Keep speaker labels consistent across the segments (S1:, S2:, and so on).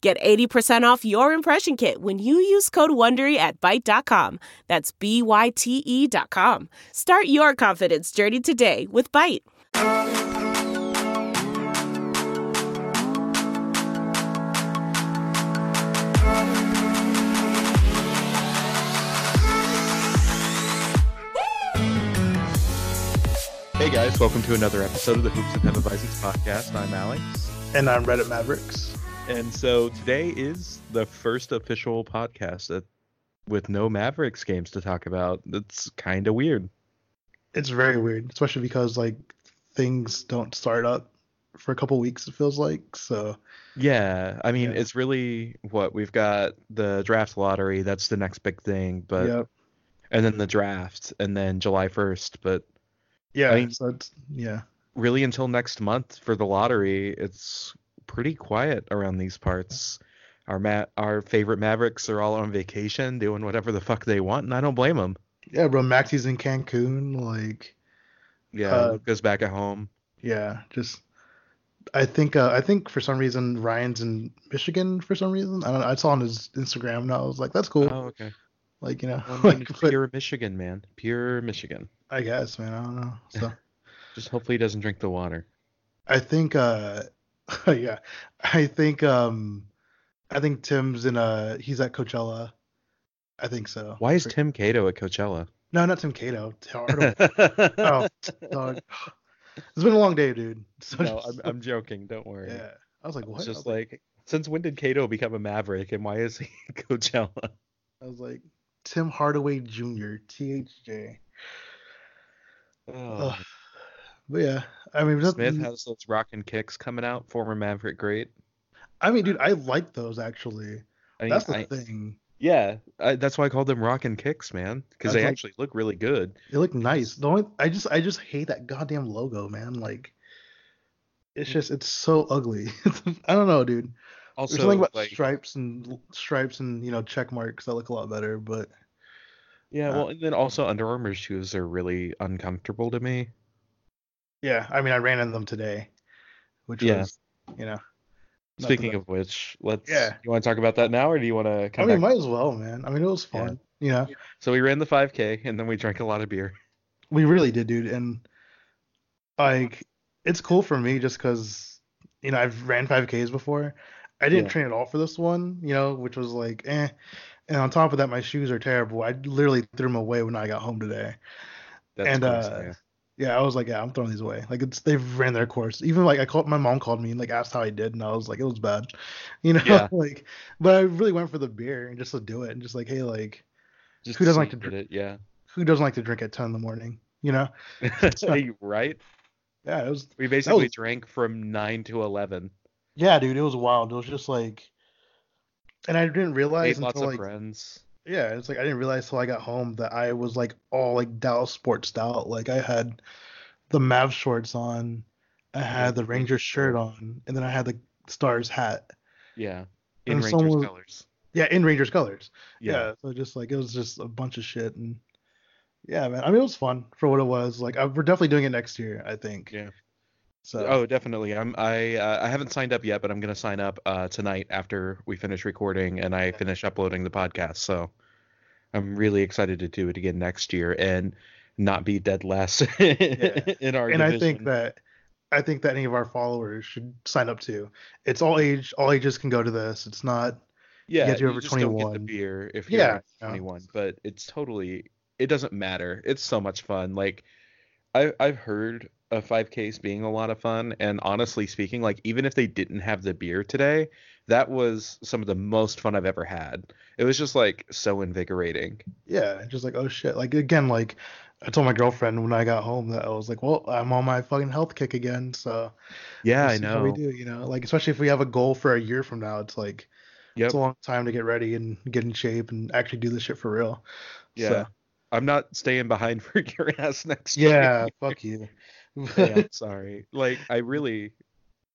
S1: Get 80% off your impression kit when you use code WONDERY at Byte.com. That's B-Y-T-E E dot com. Start your confidence journey today with Byte.
S2: Hey guys, welcome to another episode of the Hoops and Hem Advices podcast. I'm Alex.
S3: And I'm Reddit Mavericks.
S2: And so today is the first official podcast that, with no Mavericks games to talk about. It's kind of weird.
S3: It's very weird, especially because like things don't start up for a couple weeks. It feels like so.
S2: Yeah, I mean,
S3: Yeah.
S2: it's really what we've got the draft lottery, that's the next big thing, but
S3: yeah,
S2: and then the draft and then July 1st, but
S3: yeah.
S2: I mean-
S3: so it's, yeah,
S2: really until next month for the lottery, it's pretty quiet around these parts. Our ma- our favorite Mavericks are all on vacation, doing whatever the fuck they want, and I don't blame them.
S3: yeah, bro. Maxi's in Cancun. Like,
S2: Yeah,
S3: Uh,
S2: goes back at home.
S3: yeah, just. I think uh, I think for some reason Ryan's in Michigan for some reason. I don't know. I saw on his Instagram and I was like, that's cool.
S2: Oh, okay.
S3: like you know,
S2: Well, I mean,
S3: like
S2: it's
S3: but
S2: pure Michigan, man. Pure Michigan.
S3: I guess man, I don't know. So
S2: Just hopefully he doesn't drink the water.
S3: I think uh yeah. I think um I think Tim's in uh he's at Coachella. I think so.
S2: Why is
S3: Or-
S2: Tim Cato at Coachella?
S3: No, not Tim Cato. Tim Hardaway.
S2: oh,
S3: oh, dog. It's been a long day, dude. So
S2: no,
S3: just-
S2: I'm, I'm joking. Don't worry.
S3: yeah. I was like, what?
S2: It's
S3: I was
S2: just like, since when did Cato become a Maverick, and why is he at Coachella?
S3: I was like Tim Hardaway Jr. THJ.
S2: Oh,
S3: Ugh. But yeah, I mean, just,
S2: Smith has those rockin' kicks coming out. Former Maverick, great.
S3: I mean, dude, I like those actually.
S2: I mean,
S3: That's the
S2: I-
S3: thing.
S2: yeah, I, that's why I called them rockin' kicks, man, because
S3: That's
S2: they
S3: like-
S2: actually look really good.
S3: They look nice. The only I just I just hate that goddamn logo, man. Like it's just it's so ugly. I don't know, dude.
S2: Also,
S3: There's something about
S2: like,
S3: stripes and l- stripes and you know check marks that look a lot better, but
S2: yeah,
S3: uh,
S2: well, and then also Under Armour shoes are really uncomfortable to me.
S3: yeah, I mean I ran in them today, which
S2: Yeah.
S3: was you know. not the
S2: Speaking
S3: best.
S2: of which, let's.
S3: Yeah.
S2: You want to talk about that now, or do you want to
S3: I
S2: come
S3: mean,
S2: back?
S3: might as well, man. I mean, it was
S2: Yeah.
S3: fun. You know,
S2: So we ran the 5K, and then we drank a lot of beer.
S3: we really did, dude. And like, it's cool for me just because you know I've ran 5Ks before. I didn't
S2: Yeah.
S3: train at all for this one, you know, which was like, eh. And on top of that, my shoes are terrible. I literally threw them away when I got home today.
S2: That's
S3: And,
S2: gross,
S3: uh,
S2: man.
S3: Yeah, I was like, yeah, I'm throwing these away. Like it's they've ran their course. Even like I called my mom called me and like asked how I did, and I was like, it was bad, you know.
S2: Yeah.
S3: like, but I really went for the beer and just to do it and just like, hey, like
S2: Just
S3: who doesn't like
S2: see
S3: to
S2: if it? Yeah.
S3: who doesn't like to drink at 10 in the morning, you know?
S2: Are you right?
S3: Yeah, it was.
S2: We basically
S3: was-
S2: drank from nine to eleven.
S3: Yeah, dude, it was wild. It was just like, and I didn't
S2: Made
S3: realize
S2: lots
S3: until
S2: of
S3: like,
S2: friends.
S3: yeah, it's like I didn't realize till I got home that I was like all like Dallas sports out. Like I had the Mav shorts on, I had the Rangers shirt on, and then I had the Stars hat.
S2: Yeah. In
S3: And
S2: Rangers
S3: someone-
S2: colors.
S3: Yeah, in Rangers colors.
S2: Yeah.
S3: yeah so just like it was just a bunch of shit and yeah man i mean it was fun for what it was like I, we're definitely doing it next year i think
S2: Yeah.
S3: so
S2: Oh, definitely. I'm. I. Uh, I haven't signed up yet, but I'm gonna sign up uh, tonight after we finish recording and I finish uploading the podcast. So, I'm really excited to do it again next year and not be dead last in our.
S3: and i think
S2: division.
S3: that i think that any of our followers should sign up too it's all age all ages can go to this it's not
S2: yeah,
S3: have to be over
S2: just don't get the
S3: 21.
S2: beer if you're
S3: yeah
S2: yeah, 21, but it's totally. It doesn't matter. It's so much fun. Like, I I've heard of 5Ks being a lot of fun, and honestly speaking, like even if they didn't have the beer today, that was some of the most fun I've ever had. It was just like so invigorating.
S3: yeah just like oh shit like again like i told my girlfriend when i got home that i was like well i'm on my fucking health kick again so
S2: Yeah,
S3: we'll
S2: I
S3: see how we
S2: know.
S3: do you know like especially if we have a goal for a year from now it's like
S2: Yep.
S3: It's a long time to get ready and get in shape and actually do this shit for real.
S2: Yeah.
S3: So,
S2: I'm not staying behind for your ass next
S3: yeah. fuck you.
S2: year. I'm sorry. Like I really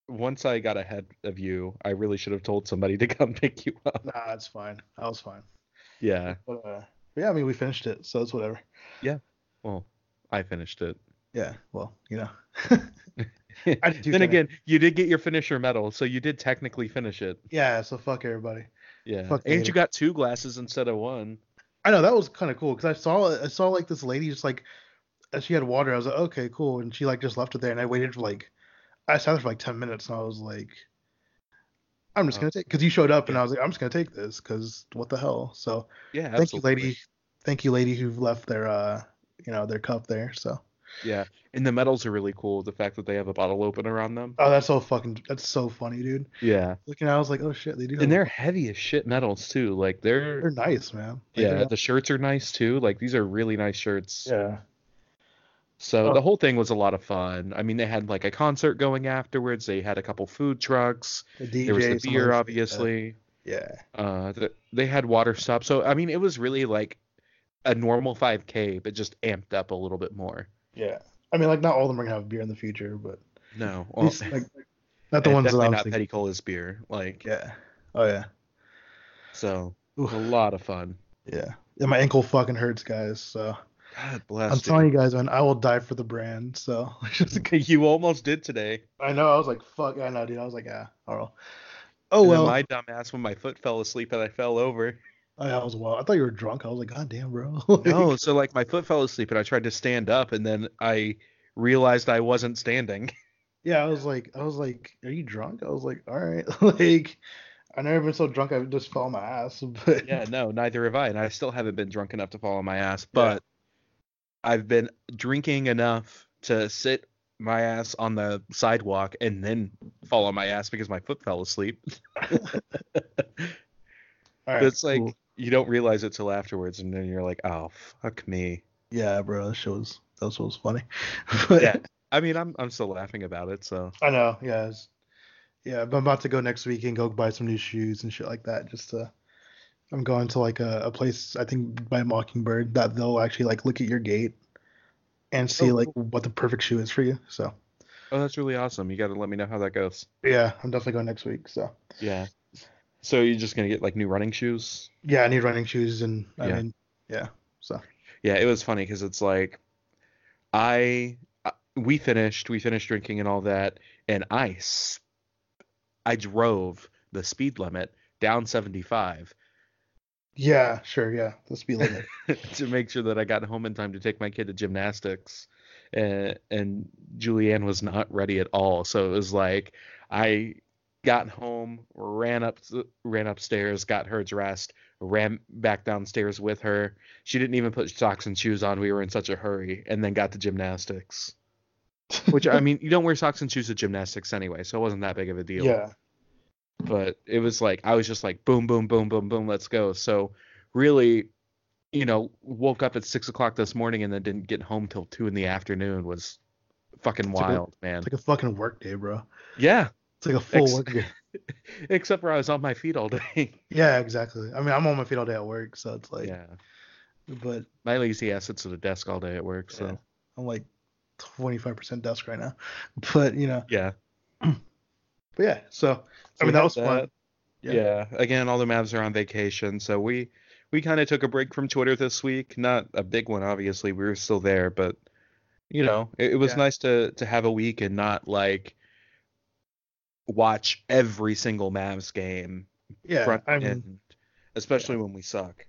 S2: once I got ahead of you, I really should have told somebody to come pick you up.
S3: nah, it's fine. I was fine.
S2: Yeah.
S3: But, uh, but yeah, I mean, we finished it, so it's whatever.
S2: Well, I finished it.
S3: Yeah. Well, you know. I
S2: then
S3: did do finish.
S2: again, you did get your finisher medal, so you did technically finish it.
S3: Yeah. So fuck everybody.
S2: Yeah.
S3: Fuck
S2: and
S3: you.
S2: you got two glasses instead of one.
S3: I know that was kind of cool because I saw I saw like this lady just like as she had water. I was like, okay, cool, and she like just left it there, and I waited for like I sat there for like ten minutes, and I was like, I'm just
S2: Oh.
S3: gonna take because you showed up, and I was like, I'm just gonna take this because what the hell? So
S2: Yeah.
S3: thank you,
S2: absolutely.
S3: lady. Thank you, lady, who left their uh you know their cup there. So
S2: Yeah. And the medals are really cool. The fact that they have a bottle opener on them.
S3: oh, that's so fucking that's so funny, dude.
S2: Yeah.
S3: Looking, I was like, oh shit, they do. have-
S2: And they're heavy as shit medals too. Like
S3: they're
S2: they're
S3: nice, man. Like,
S2: yeah,
S3: they're-
S2: the shirts are nice too. Like these are really nice shirts.
S3: yeah.
S2: So
S3: Oh.
S2: the whole thing was a lot of fun. I mean, they had like a concert going afterwards. They had a couple food trucks.
S3: The DJ,
S2: there was the
S3: some
S2: beer,
S3: other-
S2: obviously.
S3: Yeah.
S2: Uh, th- they had water stop. So I mean, it was really like a normal 5K, but just amped up a little bit more.
S3: Yeah. I mean, like not all of them are gonna have beer in the future, but
S2: No,
S3: At
S2: well,
S3: least, like, not the
S2: and
S3: ones that
S2: definitely
S3: I'm
S2: not
S3: thinking.
S2: Petty Cola's beer. Like
S3: Yeah. Oh yeah.
S2: so,
S3: Oof.
S2: a lot of fun.
S3: Yeah. And my ankle fucking hurts, guys. So
S2: God bless.
S3: I'm telling you guys, man, I will die for the brand. So
S2: you, you almost did today.
S3: I know. I was like, fuck. I know, dude. I was like, ah, oh. Oh
S2: And then
S3: well.
S2: my dumbass when my foot fell asleep and I fell over.
S3: Oh, yeah, I was well. I thought you were drunk. I was like, god damn, bro.
S2: No, so like my foot fell asleep and I tried to stand up and then I realized I wasn't standing.
S3: yeah. I was like, I was like, are you drunk? I was like, all right. like, I've never been so drunk. I just fell on my ass. But
S2: Yeah, no, neither have I, and I still haven't been drunk enough to fall on my ass, but I've been drinking enough to sit my ass on the sidewalk and then fall on my ass because my foot fell asleep.
S3: All
S2: But
S3: right,
S2: it's like
S3: cool.
S2: you don't realize it till afterwards, and then you're like, "Oh, fuck me."
S3: yeah, bro. That shit was that shit was funny. But-
S2: Yeah. I mean, I'm I'm still laughing about it, so
S3: I know, yeah. it's- yeah, but I'm about to go next week and go buy some new shoes and shit like that. Just to, I'm going to like a, a place I think by Mockingbird that they'll actually like look at your gait and see
S2: Oh,
S3: like what the perfect shoe is for you. So
S2: oh, that's really awesome. You got to let me know how that goes.
S3: yeah, I'm definitely going next week. So
S2: Yeah. So you're just gonna get like new running shoes?
S3: yeah, I need running shoes and I
S2: Yeah.
S3: mean yeah. So
S2: Yeah, it was funny because it's like, I I- we finished we finished drinking and all that, and I s- I drove the speed limit down 75
S3: yeah, sure, yeah. The speed limit.
S2: to make sure that I got home in time to take my kid to gymnastics, and and Julianne was not ready at all, so it was like I got home, ran up ran upstairs, got her dressed, ran back downstairs with her. She didn't even put socks and shoes on. We were in such a hurry, and then got to gymnastics. Which I mean, you don't wear socks and shoes at gymnastics anyway, so it wasn't that big of a deal.
S3: yeah.
S2: But it was like I was just like boom, boom, boom, boom, boom, let's go. So really, you know, woke up at six o'clock this morning and then didn't get home till two in the afternoon was fucking
S3: like a-
S2: wild, man.
S3: It's like a fucking work day, bro.
S2: yeah.
S3: It's like a full
S2: Ex-
S3: work day.
S2: Except for I was on my feet all day.
S3: Yeah, exactly. I mean I'm on my feet all day at work, so it's like
S2: yeah.
S3: but
S2: My lazy ass sits at a desk all day at work, so
S3: Yeah. I'm like 25% desk right now. But, you know,
S2: yeah.
S3: but yeah, so, I
S2: So we
S3: mean, that
S2: had
S3: was fun.
S2: that. Yeah. Again, all the Mavs are on vacation, so we we kind of took a break from Twitter this week. Not a big one, obviously. We were still there, but you know, it, it was
S3: Yeah.
S2: nice to to have a week and not like watch every single Mavs game
S3: Yeah.
S2: front
S3: I
S2: and
S3: mean,
S2: end, especially when we suck.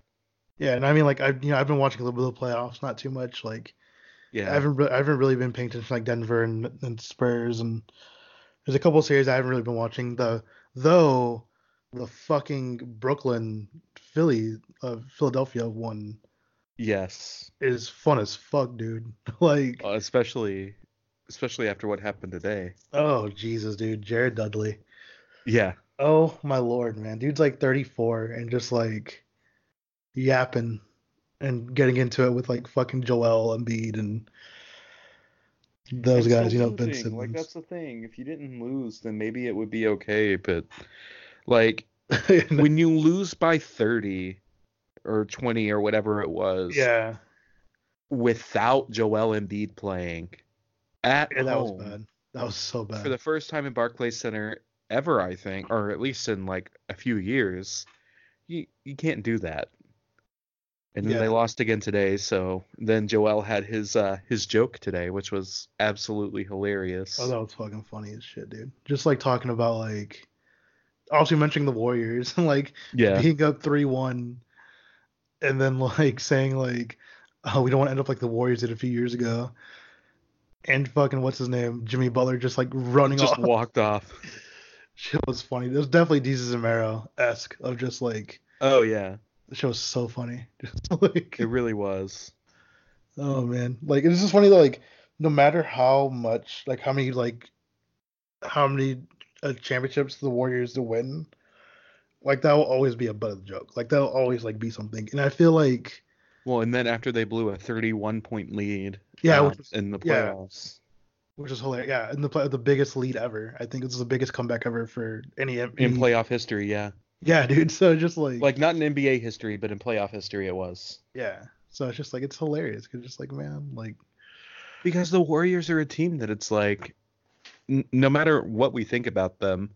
S3: yeah. And I mean, like, I've, you know, I've been watching a little bit of the playoffs, not too much. Like, I
S2: Yeah.
S3: haven't, re- I haven't really been paying attention to, like Denver and, and Spurs. And there's a couple of series I haven't really been watching. The, though, the fucking Brooklyn Philly, uh, Philadelphia one
S2: Yes.
S3: is fun as fuck, dude. like,
S2: Uh, especially especially after what happened today.
S3: oh, Jesus, dude. Jared Dudley.
S2: Yeah.
S3: Oh my lord, man. Dude's like 34 and just like yapping and getting into it with like fucking Joel Embiid and those
S2: It's
S3: guys,
S2: still
S3: you know, Ben
S2: losing, Like
S3: Simmons.
S2: that's the thing. If you didn't lose, then maybe it would be okay. But like when you lose by 30 or 20 or whatever it was
S3: yeah,
S2: without Joel Embiid playing at
S3: yeah, that was
S2: home
S3: bad. That was so bad.
S2: for the first time in Barclays Center ever, I think, or at least in like a few years, you you can't do that. And then they
S3: Yeah.
S2: lost again today, so then Joel had his uh his joke today, which was absolutely hilarious.
S3: Oh, that was fucking funny as shit, dude. Just like talking about like, also mentioning the Warriors and like
S2: yeah.
S3: being up three one, and then like saying like, oh, we don't want to end up like the Warriors did a few years ago, and fucking what's his name, Jimmy Butler, just like running
S2: Just
S3: off.
S2: walked off.
S3: Shit was funny. It was definitely DeZa Zamero esque of just like
S2: Oh yeah.
S3: the show was so funny. Just like
S2: It really was.
S3: oh man, like it's just funny. Like no matter how much, like how many like how many uh, championships the Warriors to win, like that will always be a butt of the joke. Like that will always like be something. And I feel like
S2: Well, and then after they blew a 31 point lead
S3: yeah,
S2: um,
S3: which is
S2: in the
S3: yeah.
S2: playoffs.
S3: which is hilarious. Yeah, and the play, the biggest lead ever. I think this is the biggest comeback ever for any
S2: In
S3: any-
S2: playoff history, yeah.
S3: Yeah, dude. So just like
S2: Like not in NBA history, but in playoff history it was.
S3: yeah. So it's just like it's hilarious because just like man, like
S2: Because the Warriors are a team that it's like, n- no matter what we think about them,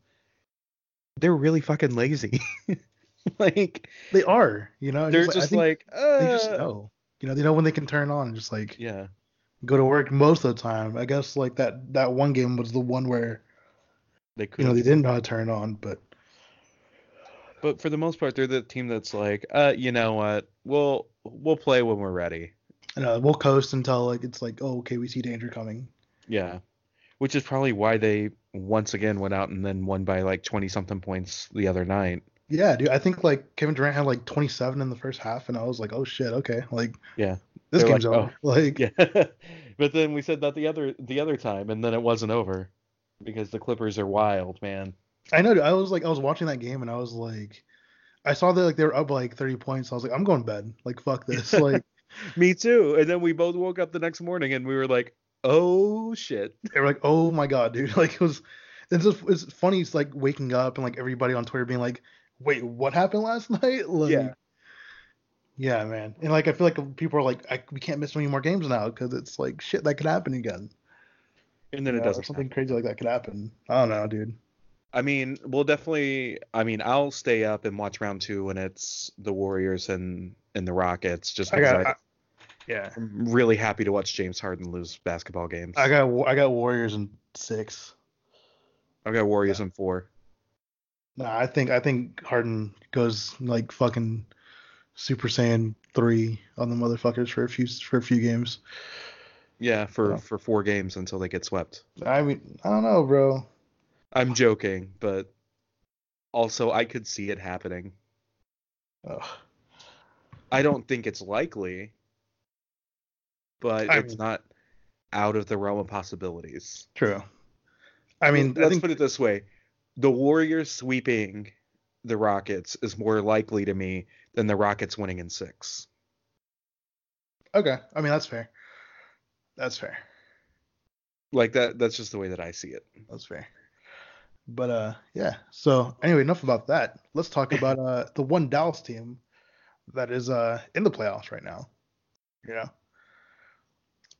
S2: they're really fucking lazy. like
S3: they are, you know.
S2: they're
S3: I
S2: just
S3: think
S2: like, uh,
S3: they just know. You know, they know when they can turn on and just like
S2: yeah,
S3: go to work most of the time. I guess like that that one game was the one where
S2: they
S3: you
S2: could.
S3: know they didn't know how to turn on, but
S2: But for the most part, they're the team that's like, uh, you know what? We'll we'll play when we're ready.
S3: you know uh, we'll coast until like it's like oh okay we see danger coming.
S2: Yeah, which is probably why they once again went out and then won by like twenty something points the other night.
S3: Yeah, dude. I think like Kevin Durant had like 27 in the first half, and I was like oh shit okay like
S2: Yeah.
S3: this
S2: They're
S3: game's
S2: like, oh,
S3: over like
S2: Yeah. but then we said that the other the other time, and then it wasn't over because the Clippers are wild, man.
S3: I know. Dude, I was like, I was watching that game and I was like, I saw that like they were up by, like 30 points. I was like, I'm going to bed. Like, fuck this. Like,
S2: Me too. And then we both woke up the next morning and we were like, "Oh shit."
S3: they were like, oh my god, dude. Like, it was. It's just, it's funny. It's like waking up and like everybody on Twitter being like, wait, what happened last night? Like,
S2: Yeah.
S3: yeah, man. And like, I feel like people are like, I, we can't miss any more games now because it's like shit that could happen again.
S2: And then
S3: You
S2: it
S3: know, or
S2: doesn't.
S3: something
S2: happen.
S3: crazy like that could happen. I don't know, dude.
S2: I mean, we'll definitely I mean, I'll stay up and watch round 2 when it's the Warriors and and the Rockets just
S3: I
S2: because
S3: got,
S2: I,
S3: I- yeah.
S2: am really happy to watch James Harden lose basketball games.
S3: I got, I got Warriors in six.
S2: I got Warriors in 4.
S3: No, I think I think Harden goes like fucking Super Saiyan three on the motherfuckers for a few for a few games.
S2: Yeah, for
S3: Yeah.
S2: for 4 games until they get swept.
S3: I mean, I don't know, bro.
S2: I'm joking, but also I could see it happening.
S3: Ugh.
S2: I don't think it's likely, but
S3: I
S2: it's
S3: mean-
S2: not out of the realm of possibilities.
S3: True. I mean,
S2: let's
S3: I think
S2: put it this way: the Warriors sweeping the Rockets is more likely to me than the Rockets winning in six.
S3: okay. I mean, that's fair. That's fair.
S2: Like that. That's just the way that I see it.
S3: That's fair. But uh, yeah. So anyway, enough about that. Let's talk about uh the one Dallas team that is uh in the playoffs right now. You know,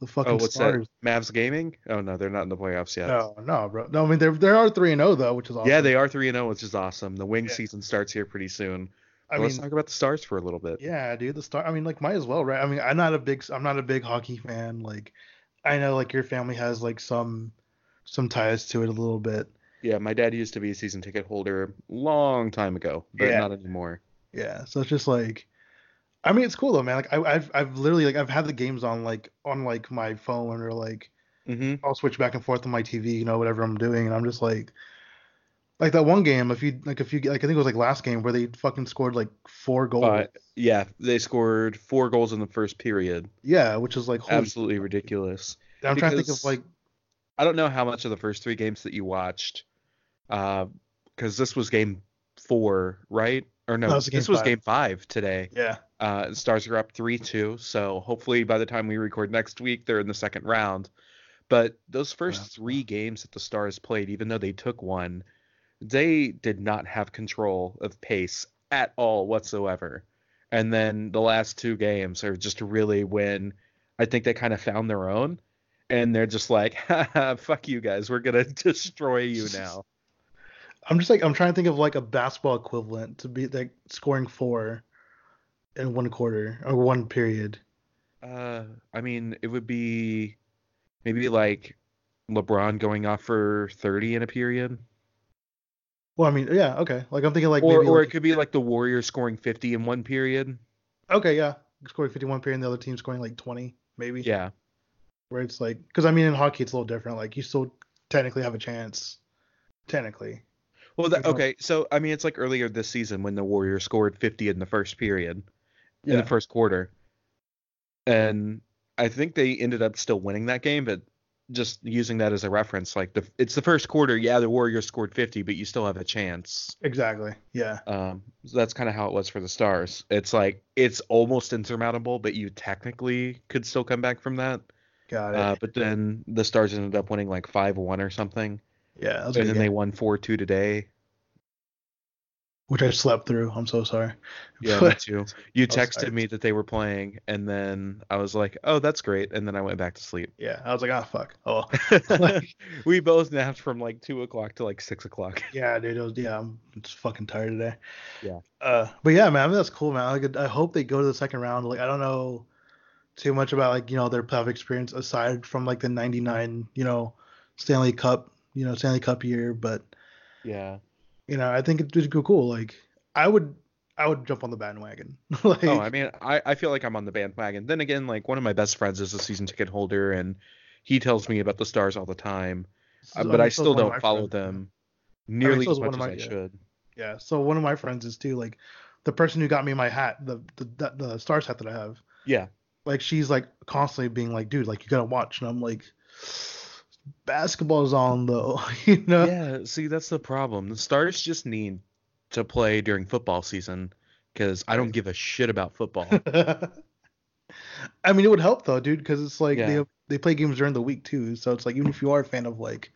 S3: the fucking
S2: Oh, what's
S3: stars.
S2: that? Mavs gaming? Oh no, they're not in the playoffs yet.
S3: No, no, bro. No, I mean, they're they are three and zero though, which is awesome.
S2: Yeah, they are three and zero, which is awesome. The wing
S3: Yeah.
S2: season starts here pretty soon.
S3: I
S2: But let's
S3: mean,
S2: talk about the stars for a little bit.
S3: Yeah, dude, the star. I mean, like, might as well, right? I mean, I'm not a big, I'm not a big hockey fan. Like, I know, like, your family has like some, some ties to it a little bit.
S2: Yeah, my dad used to be a season ticket holder long time ago, but
S3: Yeah.
S2: not anymore.
S3: Yeah, so it's just like, I mean, it's cool though, man. Like, I, I've, I've literally like, I've had the games on like, on like my phone or like,
S2: hmm
S3: I'll switch back and forth on my TV, you know, whatever I'm doing, and I'm just like, like that one game. If you like, if you like, I think it was like last game where they fucking scored like four goals.
S2: Five. Yeah, they scored four goals in the first period.
S3: yeah, which is like, holy,
S2: Absolutely ridiculous.
S3: I'm trying to think
S2: because-
S3: of like,
S2: I don't know how much of the first three games that you watched, because this was game four, right? Or no,
S3: No, it was
S2: this
S3: game
S2: was
S3: five.
S2: game five today.
S3: yeah,
S2: Uh, the Stars are up 3 2. So hopefully by the time we record next week, they're in the second round. But those first
S3: Wow.
S2: three games that the Stars played, even though they took one, they did not have control of pace at all whatsoever. And then the last two games are just really when I think they kind of found their own and they're just like, Haha, fuck you guys, we're gonna destroy you now.
S3: I'm just like I'm trying to think of like a basketball equivalent to be like scoring four in one quarter or one period.
S2: Uh, I mean, it would be maybe like LeBron going off for 30 in a period,
S3: Well, I mean, yeah, okay. Like I'm thinking like
S2: or
S3: maybe
S2: or
S3: like,
S2: it could be like the Warriors scoring 50 in one period.
S3: okay, yeah, scoring 51 period, and the other team scoring like 20, maybe.
S2: Yeah,
S3: Where it's like, because I mean, in hockey it's a little different. Like you still technically have a chance, technically.
S2: Well, that,
S3: Like, what-
S2: okay. So, I mean, it's like earlier this season when the Warriors scored 50 in the first period, in
S3: Yeah.
S2: the first quarter. And I think they ended up still winning that game, but just using that as a reference, like the it's the first quarter. Yeah, the Warriors scored 50, but you still have a chance.
S3: Exactly. Yeah.
S2: Um, so that's kind of how it was for the Stars. It's like it's almost insurmountable, but you technically could still come back from that.
S3: Got it.
S2: Uh, but then the Stars ended up winning like 5 1 or something.
S3: yeah. That was a
S2: And then
S3: good game,
S2: they won 4 2 today.
S3: which I slept through. I'm so sorry.
S2: Yeah, me
S3: But-
S2: too. You
S3: I was
S2: texted
S3: tired.
S2: me that they were playing, and then I was like, "Oh, that's great," and then I went back to sleep.
S3: Yeah. I was like, ah, fuck. Oh.
S2: we both napped from like two o'clock to like six o'clock.
S3: Yeah, dude. It was, yeah, I'm just fucking tired today.
S2: Yeah.
S3: Uh, but yeah, man, I mean, that's cool, man. Like, I could- I hope they go to the second round. Like, I don't know too much about like you know their playoff experience aside from like the '99, you know, Stanley Cup, you know, Stanley Cup year. But
S2: Yeah.
S3: you know, I think it's just cool. Like, I would, I would jump on the bandwagon. like,
S2: Oh, I mean, I I feel like I'm on the bandwagon. Then again, like one of my best friends is a season ticket holder, and he tells me about the Stars all the time,
S3: so-
S2: uh,
S3: mean,
S2: but I
S3: so is
S2: still
S3: one of
S2: don't
S3: my
S2: follow
S3: friends.
S2: them nearly
S3: so
S2: as
S3: is one
S2: much
S3: of
S2: as
S3: my-
S2: I
S3: yeah.
S2: should.
S3: Yeah. So one of my friends is too. Like, the person who got me my hat, the the the, the stars hat that I have.
S2: Yeah.
S3: like she's like constantly being like, dude, like you gotta watch, and I'm like, basketball's on though, you know?
S2: yeah, see, that's the problem. The Stars just need to play during football season because I don't give a shit about football.
S3: I mean, it would help though, dude, because it's like
S2: Yeah.
S3: they they play games during the week too, so it's like even if you are a fan of like,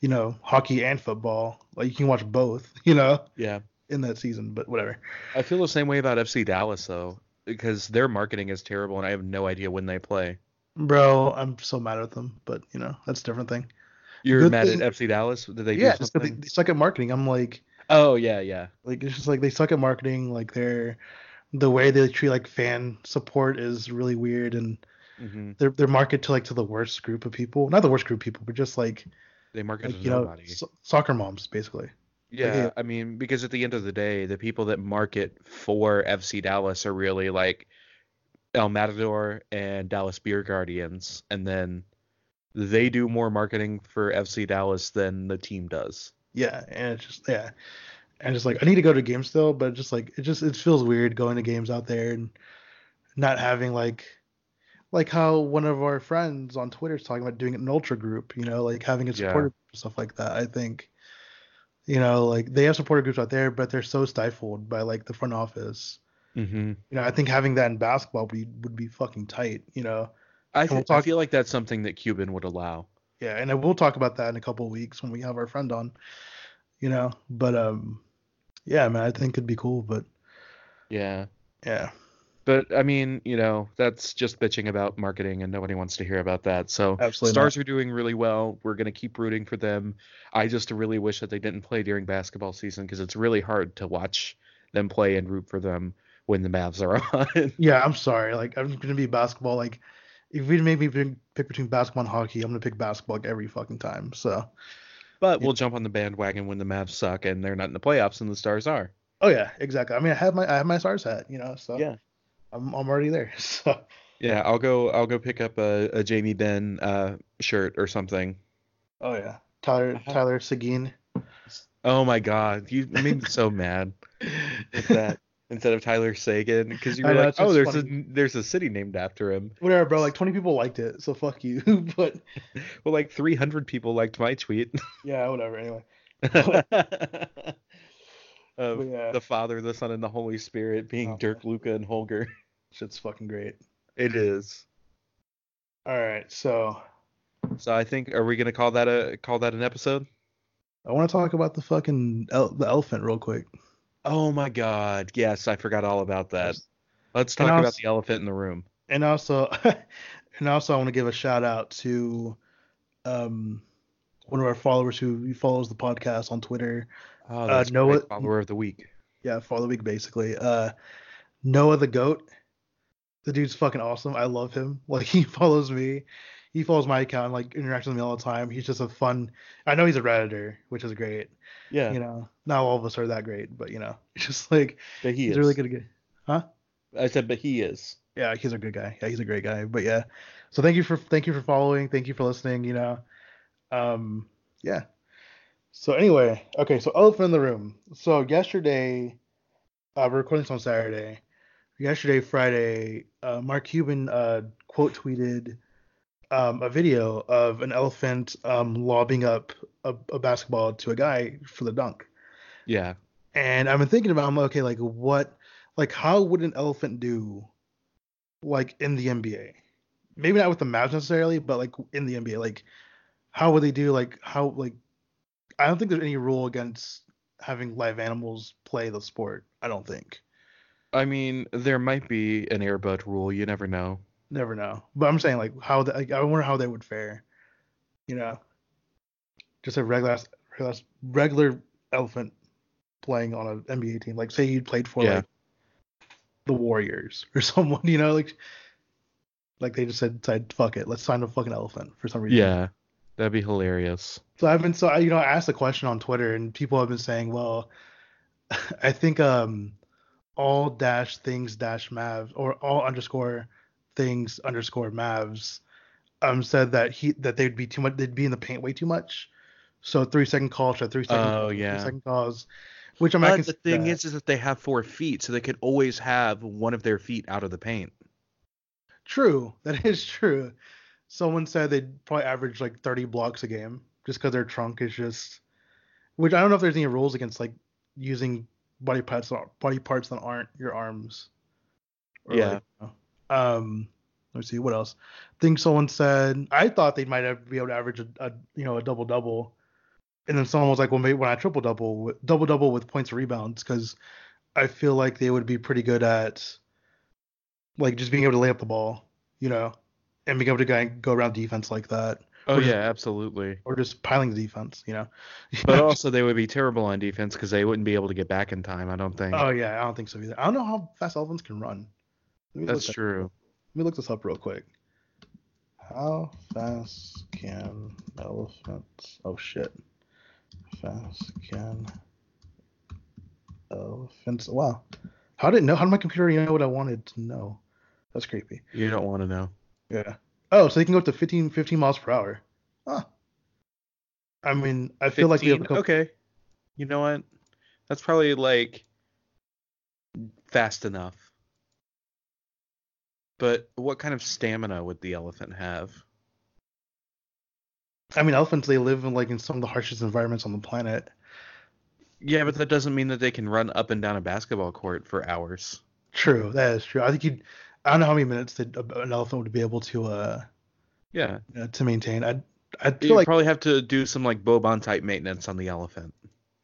S3: you know, hockey and football, like you can watch both, you know,
S2: yeah.
S3: in that season. But whatever.
S2: I feel the same way about FC Dallas though, because their marketing is terrible, and I have no idea when they play.
S3: Bro, I'm so mad at them, but you know that's a different thing.
S2: You're
S3: Good
S2: mad
S3: thing-
S2: at FC Dallas? Did they
S3: yeah,
S2: do
S3: just 'cause they,
S2: something?
S3: they suck at marketing. I'm like,
S2: Oh yeah, yeah.
S3: like it's just like they suck at marketing like they're the way they treat like fan support is really weird and
S2: hmm
S3: they're they're marketed to like to the worst group of people not the worst group of people but just like
S2: They market
S3: like
S2: to
S3: you know
S2: nobody.
S3: so- soccer moms basically
S2: yeah,
S3: yeah.
S2: I mean, because at the end of the day, the people that market for FC Dallas are really like El Matador and Dallas Beer Guardians, and then they do more marketing for FC Dallas than the team does.
S3: yeah and it's just yeah and just like i need to go to games still but just like it just it feels weird going to games out there and not having like like how one of our friends on twitter is talking about doing an ultra group you know like having a
S2: Yeah.
S3: supporter group and stuff like that i think you know like they have supporter groups out there but they're so stifled by like the front office
S2: Mm-hmm.
S3: you know i think having that in basketball would be, would be fucking tight you know
S2: I,
S3: And we'll
S2: th- I
S3: talk-
S2: feel like that's something that Cuban would allow.
S3: yeah and I will talk about that in a couple of weeks when we have our friend on you know but um yeah man i think it'd be cool but
S2: Yeah.
S3: yeah
S2: But I mean, you know, that's just bitching about marketing, and nobody wants to hear about that. So
S3: Absolutely
S2: Stars are doing really well. We're gonna keep rooting for them. I just really wish that they didn't play during basketball season because it's really hard to watch them play and root for them when the Mavs are on.
S3: Yeah, I'm sorry. Like, I'm gonna be basketball. Like, if you made me pick pick between basketball and hockey, I'm gonna pick basketball like, every fucking time. So,
S2: but we'll jump on the bandwagon when the Mavs suck and they're not in the playoffs and the Stars are.
S3: oh yeah, exactly. I mean, I have my I have my stars hat, you know. So
S2: Yeah.
S3: I'm I'm already there. So
S2: Yeah, I'll go. I'll go pick up a, a Jamie Ben uh, shirt or something.
S3: oh yeah, Tyler
S2: Uh-huh.
S3: Tyler Seguin.
S2: Oh my God, you made me so mad. with that instead of Tyler Sagan because you
S3: I
S2: were
S3: know,
S2: like,
S3: it's just
S2: oh, there's
S3: funny.
S2: a there's a city named after him.
S3: Whatever, bro. Like 20 people liked it, so fuck you. but
S2: Well, like 300 people liked my tweet
S3: yeah, whatever. Anyway,
S2: of
S3: but yeah,
S2: the Father, the Son, and the Holy Spirit being
S3: Oh.
S2: Dirk, Luca, and Holger.
S3: shit's fucking great.
S2: It is.
S3: All right, so
S2: So I think are we gonna call that a call that an episode?
S3: I want to talk about the fucking el- the elephant real quick.
S2: Oh my god. Yes, I forgot all about that. Let's
S3: And
S2: talk about
S3: also-
S2: the elephant in the room.
S3: And also, and also, I want to give a shout out to um one of our followers who follows the podcast on Twitter.
S2: Oh,
S3: Uh,
S2: that's
S3: Noah-
S2: great. follower of the week.
S3: Yeah, follow the week basically. Uh, Noah the goat. The dude's fucking awesome. I love him. Like he follows me. He follows my account. Like interacts with me all the time. He's just a fun. I know he's a redditor, which is great.
S2: Yeah,
S3: You know, not all of us are that great, but you know, just like
S2: but he
S3: he's
S2: is.
S3: a really good. guy.
S2: I said, but he is.
S3: yeah he's a good guy yeah he's a great guy but yeah so thank you for thank you for following thank you for listening you know um yeah so anyway okay so elephant in the room so yesterday uh we're recording this on saturday yesterday friday uh mark cuban uh quote tweeted um a video of an elephant um lobbing up a, a basketball to a guy for the dunk
S2: Yeah.
S3: and I've been thinking about I'm like, okay, like what, like how would an elephant do, like in the NBA? Maybe not with the Mavs necessarily, but like in the NBA, like how would they do? Like how like I don't think there's any rule against having live animals play the sport. I don't think.
S2: I mean, there might be an airbud rule. You never know.
S3: Never know. But I'm saying like how the, like, I wonder how they would fare. You know, just a regular ass- regular ass- regular elephant playing on an NBA team. Like say you played for
S2: Yeah.
S3: like the Warriors or someone. You know, like like they just said, said fuck it, let's sign a fucking elephant for some reason.
S2: Yeah, that'd be hilarious.
S3: So I've been so I, you know I asked the question on Twitter and people have been saying, well, I think um all dash things dash Mavs or all underscore things underscore Mavs um said that he that they'd be too much they'd be in the paint way too much. So three second calls to three second
S2: Oh,
S3: calls,
S2: yeah.
S3: three second calls, which I'm not.
S2: But the
S3: considering
S2: thing
S3: that.
S2: is, is that they have four feet, so they could always have one of their feet out of the paint.
S3: True, that is true. Someone said they'd probably average like 30 blocks a game just because their trunk is just. Which I don't know if there's any rules against like using body parts that aren't- body parts that aren't your arms.
S2: Yeah.
S3: like, um. Let's see what else. I think someone said I thought they might have, be able to average a, a you know a double double, and then someone was like, well maybe when I triple double double double with points and rebounds because I feel like they would be pretty good at like just being able to lay up the ball, you know, and being able to go, go around defense like that,
S2: Oh
S3: Which is-
S2: yeah, absolutely.
S3: or just piling the defense, you know.
S2: But also, they would be terrible on defense because they wouldn't be able to get back in time. I don't think.
S3: oh yeah, I don't think so either. I don't know how fast elephants can run. Let me look
S2: That's
S3: that-
S2: true.
S3: Let me look this up real quick. How fast can elephants? Oh shit! Fast can elephants? Wow! How did it know? How did my computer know what I wanted to know? That's creepy.
S2: You don't want to know.
S3: Yeah. Oh, so they can go up to 15, 15 miles per hour. Huh. I mean, I feel like we have a
S2: 15?
S3: couple,
S2: okay. You know what? That's probably like fast enough. But what kind of stamina would the elephant have?
S3: I mean, elephants they live in like in some of the harshest environments on the planet.
S2: Yeah, but that doesn't mean that they can run up and down a basketball court for hours.
S3: True, that is true. I think you, I don't know how many minutes that a- an elephant would be able to uh
S2: Yeah,
S3: uh, to maintain. I I feel
S2: you
S3: like
S2: probably have to do some like Bobon type maintenance on the elephant.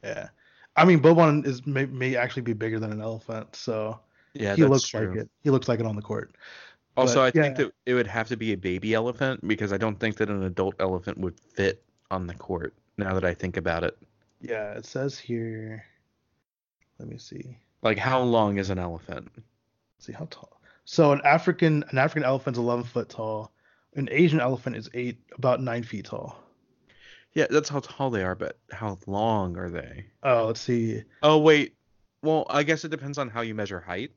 S3: yeah. I mean, Bobon is may, may actually be bigger than an elephant, so
S2: Yeah,
S3: he
S2: that's
S3: looks
S2: true.
S3: like it. He looks like it on the court.
S2: Also,
S3: but-
S2: I think
S3: yeah.
S2: that it would have to be a baby elephant because I don't think that an adult elephant would fit on the court. Now that I think about it,
S3: Yeah, it says here. Let me see.
S2: like how long is an elephant?
S3: see how tall. So an African an African elephant's eleven foot tall. An Asian elephant is eight about nine feet tall.
S2: Yeah, that's how tall they are, but how long are they?
S3: Oh, let's see.
S2: Oh wait, well I guess it depends on how you measure height.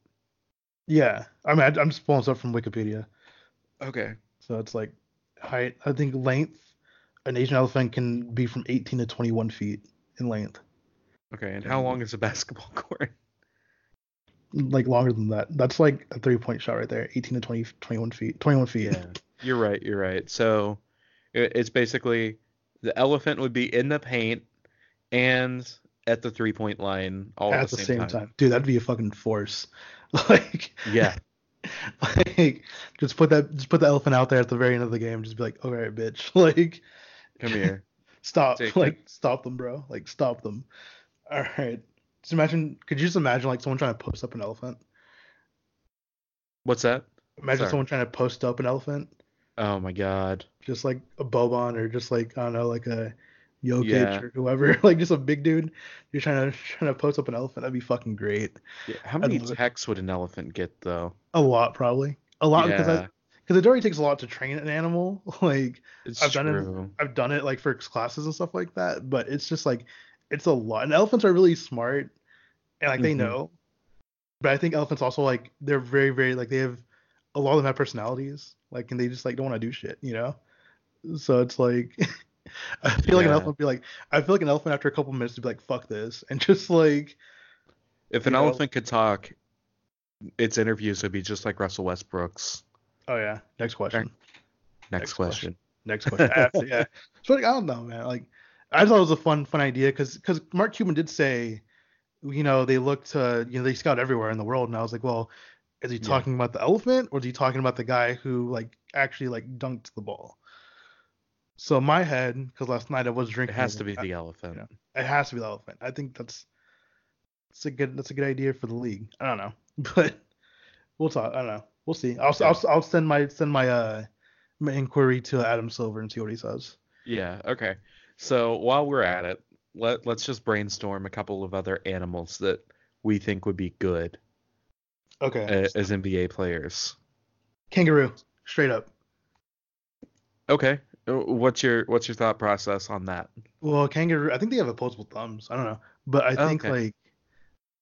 S3: Yeah, I mean I, I'm just pulling this up from Wikipedia.
S2: Okay.
S3: So it's like height. I think length. An Asian elephant can be from 18 to 21 feet in length,
S2: Okay, and how long is a basketball court?
S3: like longer than that. That's like a three point shot right there. 18 to 20, 21 feet. 21 feet.
S2: Yeah, you're right. You're right. So i- it's basically the elephant would be in the paint and at the three point line all
S3: At the same, time. dude, that'd be a fucking force. Like,
S2: Yeah.
S3: like, just put that, just put the elephant out there at the very end of the game. Just be like, all right, bitch. Like,
S2: Come here.
S3: stop,
S2: Take
S3: like stop them, bro. Like stop them. All right. Just imagine. Could you just imagine like someone trying to post up an elephant?
S2: What's that?
S3: Imagine
S2: Sorry.
S3: someone trying to post up an elephant,
S2: Oh my god.
S3: just like a Boban or just like I don't know, like a Jokic
S2: Yeah.
S3: or whoever, like just a big dude. You're trying to trying to post up an elephant. That'd be fucking great.
S2: Yeah, how
S3: I'd
S2: many
S3: love it.
S2: texts would an elephant get though?
S3: A lot probably. A lot because I
S2: yeah,
S3: because it already takes a lot to train an animal. Like
S2: it's
S3: I've done it-
S2: true.
S3: I've done it like for classes and stuff like that, but it's just like it's a lot. And elephants are really smart and like they
S2: Mhm.
S3: know. But I think elephants also like they're very very like they have a lot of them have personalities like and they just like don't want to do shit, you know. So it's like I feel like an
S2: Yeah.
S3: elephant would be like I feel like an elephant after a couple minutes would be like fuck this and just like
S2: If an
S3: you know-
S2: elephant could talk, its interviews would be just like Russell Westbrook's.
S3: oh yeah next question
S2: Next,
S3: Next question.
S2: question.
S3: next question I have to- yeah so like, I don't know man like I just thought it was a fun fun idea because because Mark Cuban did say you know, they look to, you know, they scout everywhere in the world. And I was like, well, is he
S2: Yeah.
S3: talking about the elephant or is he talking about the guy who like actually like dunked the ball? So in my head, because last night I was
S2: It
S3: drinking,
S2: has to be
S3: I-
S2: the elephant.
S3: yeah. It has to be the elephant. I think that's that's a good that's a good idea for the league. I don't know, but we'll talk. I don't know. We'll see. I'll
S2: Yeah.
S3: I'll, I'll send my send my uh my inquiry to Adam Silver and see what he says.
S2: Yeah, okay. So while we're at it, let let's just brainstorm a couple of other animals that we think would be good
S3: Okay.
S2: a- as NBA players.
S3: Kangaroo, straight up.
S2: Okay. Uh, What's your what's your thought process on that?
S3: Well, kangaroo. I think they have opposable thumbs. I don't know, but I
S2: Oh,
S3: think
S2: okay.
S3: like,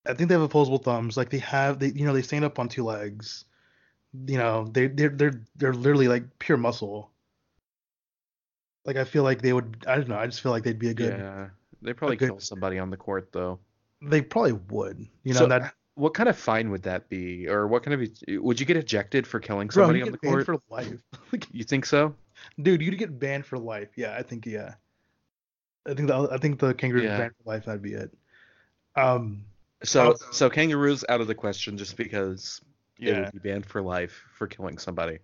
S3: I think they have opposable thumbs. Like they have, they you know, they stand up on two legs. You know, they they're they're they're literally like pure muscle. Like I feel like they would. I don't know. I just feel like they'd be a good.
S2: Yeah. They probably
S3: good-
S2: kill somebody on the court though.
S3: They probably would. You know
S2: So, uh,
S3: that.
S2: What kind of fine would that be, or what kind of e, would you get ejected for killing
S3: Bro,
S2: somebody
S3: you
S2: on
S3: get
S2: the
S3: banned
S2: court?
S3: for life, Like,
S2: You think so?
S3: dude. You'd get banned for life. Yeah, I think yeah. I think the I think the kangaroo
S2: Yeah.
S3: banned for life. That'd be it. Um.
S2: So
S3: Also-
S2: so kangaroos out of the question just because they
S3: Yeah.
S2: would be banned for life for killing somebody.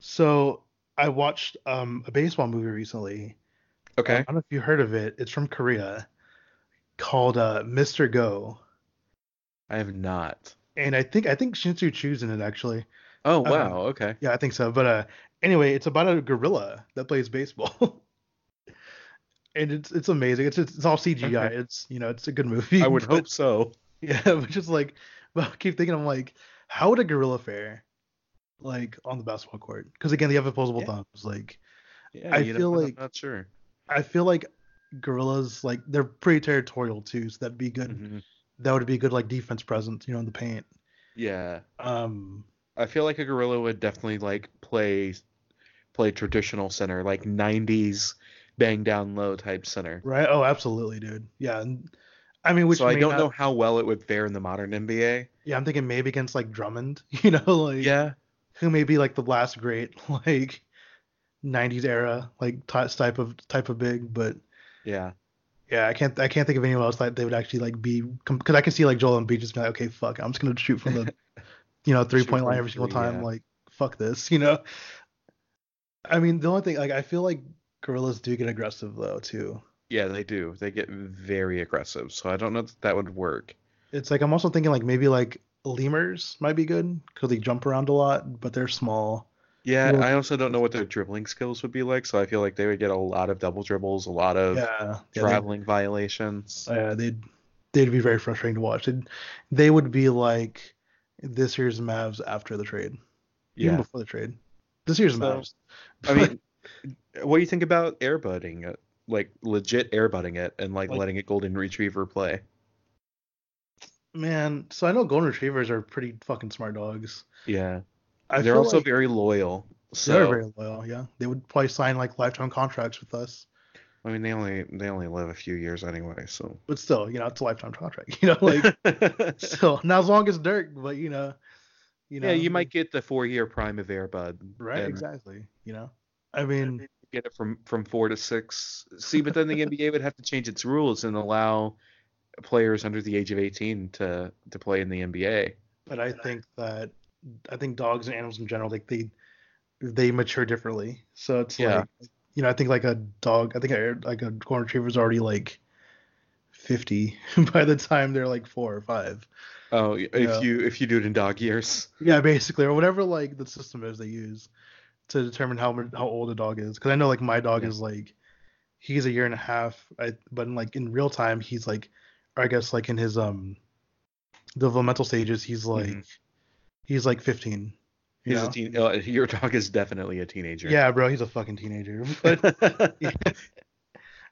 S3: So I watched um a baseball movie recently.
S2: Okay.
S3: I don't know if you heard of it. It's from Korea called uh, Mr. Go.
S2: I have not.
S3: And I think I think Shinsu Chu's in it actually.
S2: Oh
S3: Um,
S2: wow. okay.
S3: Yeah, I think so. But uh anyway, it's about a gorilla that plays baseball. and it's it's amazing. It's it's, it's all CGI.
S2: Okay.
S3: It's you know, it's a good movie.
S2: I would
S3: but-
S2: hope so.
S3: Yeah, but just like but I keep thinking I'm like, how would a gorilla fare like on the basketball court? Because again, they have opposable
S2: Yeah.
S3: thumbs, like
S2: Yeah,
S3: I
S2: you don't-
S3: feel
S2: I'm
S3: like-
S2: not sure.
S3: I feel like gorillas like they're pretty territorial too, so that'd be good.
S2: Mhm.
S3: That would be good like defense presence, you know, in the paint.
S2: Yeah,
S3: Um,
S2: I feel like a gorilla would definitely like play play traditional center, like '90s bang down low type center.
S3: right? Oh, absolutely, dude. Yeah, and, I mean, which
S2: so I
S3: may
S2: don't
S3: not-
S2: know how well it would fare in the modern NBA.
S3: Yeah, I'm thinking maybe against like Drummond, you know, like
S2: Yeah,
S3: who may be like the last great like '90s era like ty- type of type of big, but
S2: yeah,
S3: yeah, I can't I can't think of anyone else that they would actually like be because I can see like Joel and Embiid just being like, okay, fuck, I'm just gonna shoot from the you know three point
S2: from
S3: line every single
S2: three,
S3: time.
S2: yeah.
S3: Like fuck this, you know. I mean, the only thing like I feel like gorillas do get aggressive though too.
S2: yeah. They do. They get very aggressive. So I don't know that that would work.
S3: It's like I'm also thinking like maybe like lemurs might be good because they jump around a lot, but they're small.
S2: Yeah,
S3: Well-
S2: I also don't know what their dribbling skills would be like. So I feel like they would get a lot of double dribbles, a lot of
S3: Yeah, yeah,
S2: traveling violations.
S3: they, yeah, they'd they'd be very frustrating to watch. They'd, they would be like this year's Mavs after the trade, even
S2: Yeah.
S3: before the trade. This year's
S2: So,
S3: Mavs.
S2: I mean, what do you think about airbutting it? Like legit airbutting it and like,
S3: Like-
S2: letting a golden retriever play.
S3: Man, so I know golden retrievers are pretty fucking smart dogs.
S2: Yeah.
S3: I
S2: They're
S3: feel
S2: also
S3: like
S2: very loyal. So
S3: they're very loyal. Yeah, they would probably sign like lifetime contracts with us,
S2: I mean they only they only live a few years anyway, so
S3: but still, you know, it's a lifetime contract. You know, like so not as long as Dirk, but you know, you know,
S2: yeah, you might get the four year prime of airbud.
S3: right
S2: and
S3: exactly. You know, I mean,
S2: Get it from from four to six. See, but then the NBA would have to change its rules and allow players under the age of eighteen to to play in the NBA.
S3: but I think that I think dogs and animals in general, like they they mature differently. So it's
S2: Yeah.
S3: like you know, I think like a dog, I think I, like a golden retriever is already like 50 by the time they're like four or five.
S2: Oh, if
S3: Yeah.
S2: you if you do it in dog years,
S3: Yeah, basically, or whatever like the system is they use to determine how mu- how old a dog is. Because I know like my dog
S2: Yeah.
S3: is like he's a year and a half, I, but in, like in real time he's like, or I guess like in his um developmental stages he's like he's like 15. you
S2: he's
S3: know?
S2: a teen. Uh, your dog is definitely a teenager.
S3: Yeah, bro, he's a fucking teenager. But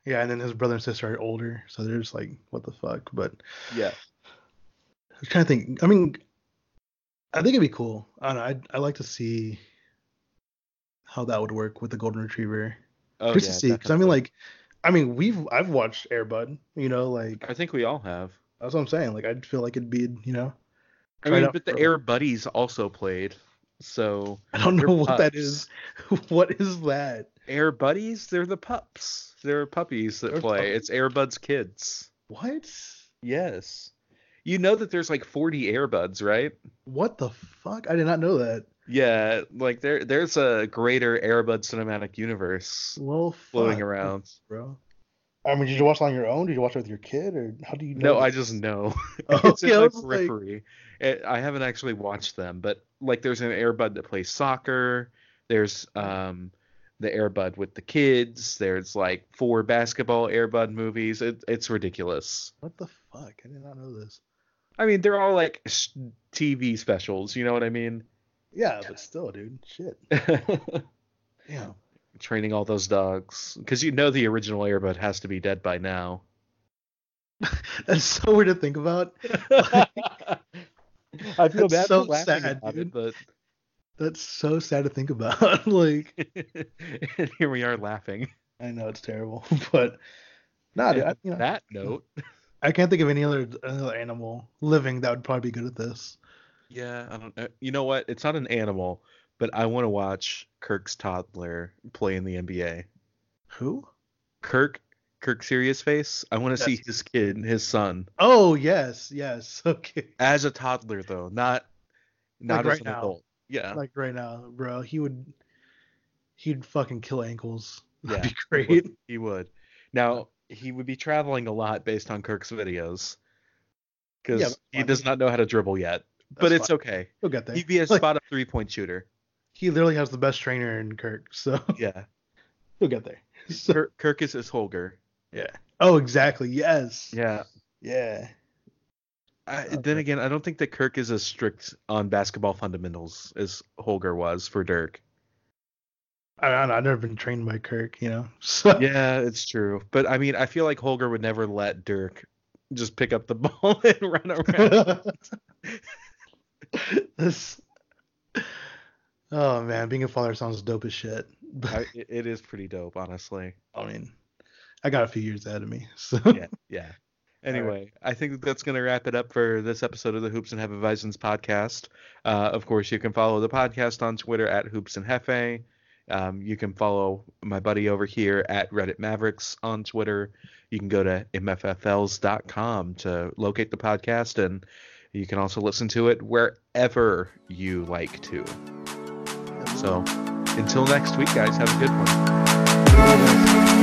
S3: yeah, and then his brother and sister are older, so they're just like, what the fuck? But
S2: yeah.
S3: I'm trying to think. I mean, I think it'd be cool. I don't know. I'd, I'd like to see how that would work with the golden retriever.
S2: Oh,
S3: Just
S2: yeah,
S3: to see, because I mean,
S2: definitely.
S3: like, I mean, we've I've watched Airbud. You know, like
S2: I think we all have.
S3: that's what I'm saying. Like, I'd feel like it'd be, you know,
S2: I
S3: Try it
S2: mean,
S3: out
S2: but the
S3: for-
S2: Air Buddies also played. So uh,
S3: I don't
S2: They're
S3: know what that
S2: pups.
S3: is. what is that?
S2: Air Buddies, they're the pups. They're puppies that
S3: They're
S2: play.
S3: puppies.
S2: It's Airbud's kids.
S3: What?
S2: Yes. You know that there's like 40 Airbuds, right?
S3: What the fuck? I did not know that.
S2: Yeah, like there there's a greater Airbud cinematic universe
S3: Well,
S2: floating
S3: fuck,
S2: around.
S3: bro. I mean, did you watch it on your own? Did you watch it with your kid, or how do you know?
S2: No, I
S3: this?
S2: just know.
S3: Oh,
S2: it's in
S3: okay, I
S2: my
S3: was like-
S2: periphery. It- I haven't actually watched them, but like there's an Airbud that plays soccer. There's um the Airbud with the kids. There's like four basketball Airbud movies. It, it's ridiculous.
S3: What the fuck? I did not know this.
S2: I mean, they're all like s- TV specials. You know what I mean?
S3: Yeah, but still, dude. Shit. Damn.
S2: Training all those dogs because you know the original Airbud has to be dead by now.
S3: That's so weird to think about.
S2: I feel
S3: That's
S2: bad
S3: so
S2: for laughing
S3: sad,
S2: about
S3: dude.
S2: it, but
S3: That's so sad to think about. like,
S2: and here we are laughing.
S3: I know it's terrible, but nah, dude, I,
S2: And
S3: you know,
S2: that note,
S3: I can't think of any other another animal living that would probably be good at this.
S2: yeah, I don't know. You know what? It's not an animal, but I want to watch Kirk's toddler play in the NBA.
S3: Who?
S2: Kirk, Kirk Serious Face. I want to see his kid, his son,
S3: Oh yes, yes. Okay.
S2: as a toddler though, not not
S3: Like
S2: as
S3: right
S2: an
S3: now.
S2: adult. Yeah,
S3: Like right now, bro, he would he'd fucking kill ankles. That'd
S2: Yeah,
S3: be
S2: he would.
S3: great.
S2: He would. Now he would be traveling a lot based on Kirk's videos because
S3: Yeah, but
S2: he
S3: I mean-
S2: does not know how to dribble yet. but it's
S3: fine.
S2: okay.
S3: He'll get there.
S2: He'd be a
S3: Like-
S2: spot up three point shooter.
S3: He literally has the best trainer in Kirk, so
S2: Yeah,
S3: he'll get there. So-
S2: Kirk, Kirk is his Holger.
S3: yeah. Oh, exactly. Yes.
S2: Yeah.
S3: Yeah.
S2: I,
S3: Okay.
S2: Then again, I don't think that Kirk is as strict on basketball fundamentals as Holger was for Dirk.
S3: I don't know. I've never been trained by Kirk, you know. So
S2: Yeah, it's true. But I mean, I feel like Holger would never let Dirk just pick up the ball and run around.
S3: this. Oh man, being a father sounds dope as shit. But
S2: I, it- it is pretty dope, honestly.
S3: I mean, I got a few years ahead of me. So
S2: Yeah, yeah. Anyway, I think that that's going to wrap it up for this episode of the Hoops and Hefeweizens podcast. Uh, of course, you can follow the podcast on Twitter at Hoops and Hefe. Um, you can follow my buddy over here at Reddit Mavericks on Twitter. You can go to mffls.com to locate the podcast, and you can also listen to it wherever you like to. So, until next week, guys, have a good one.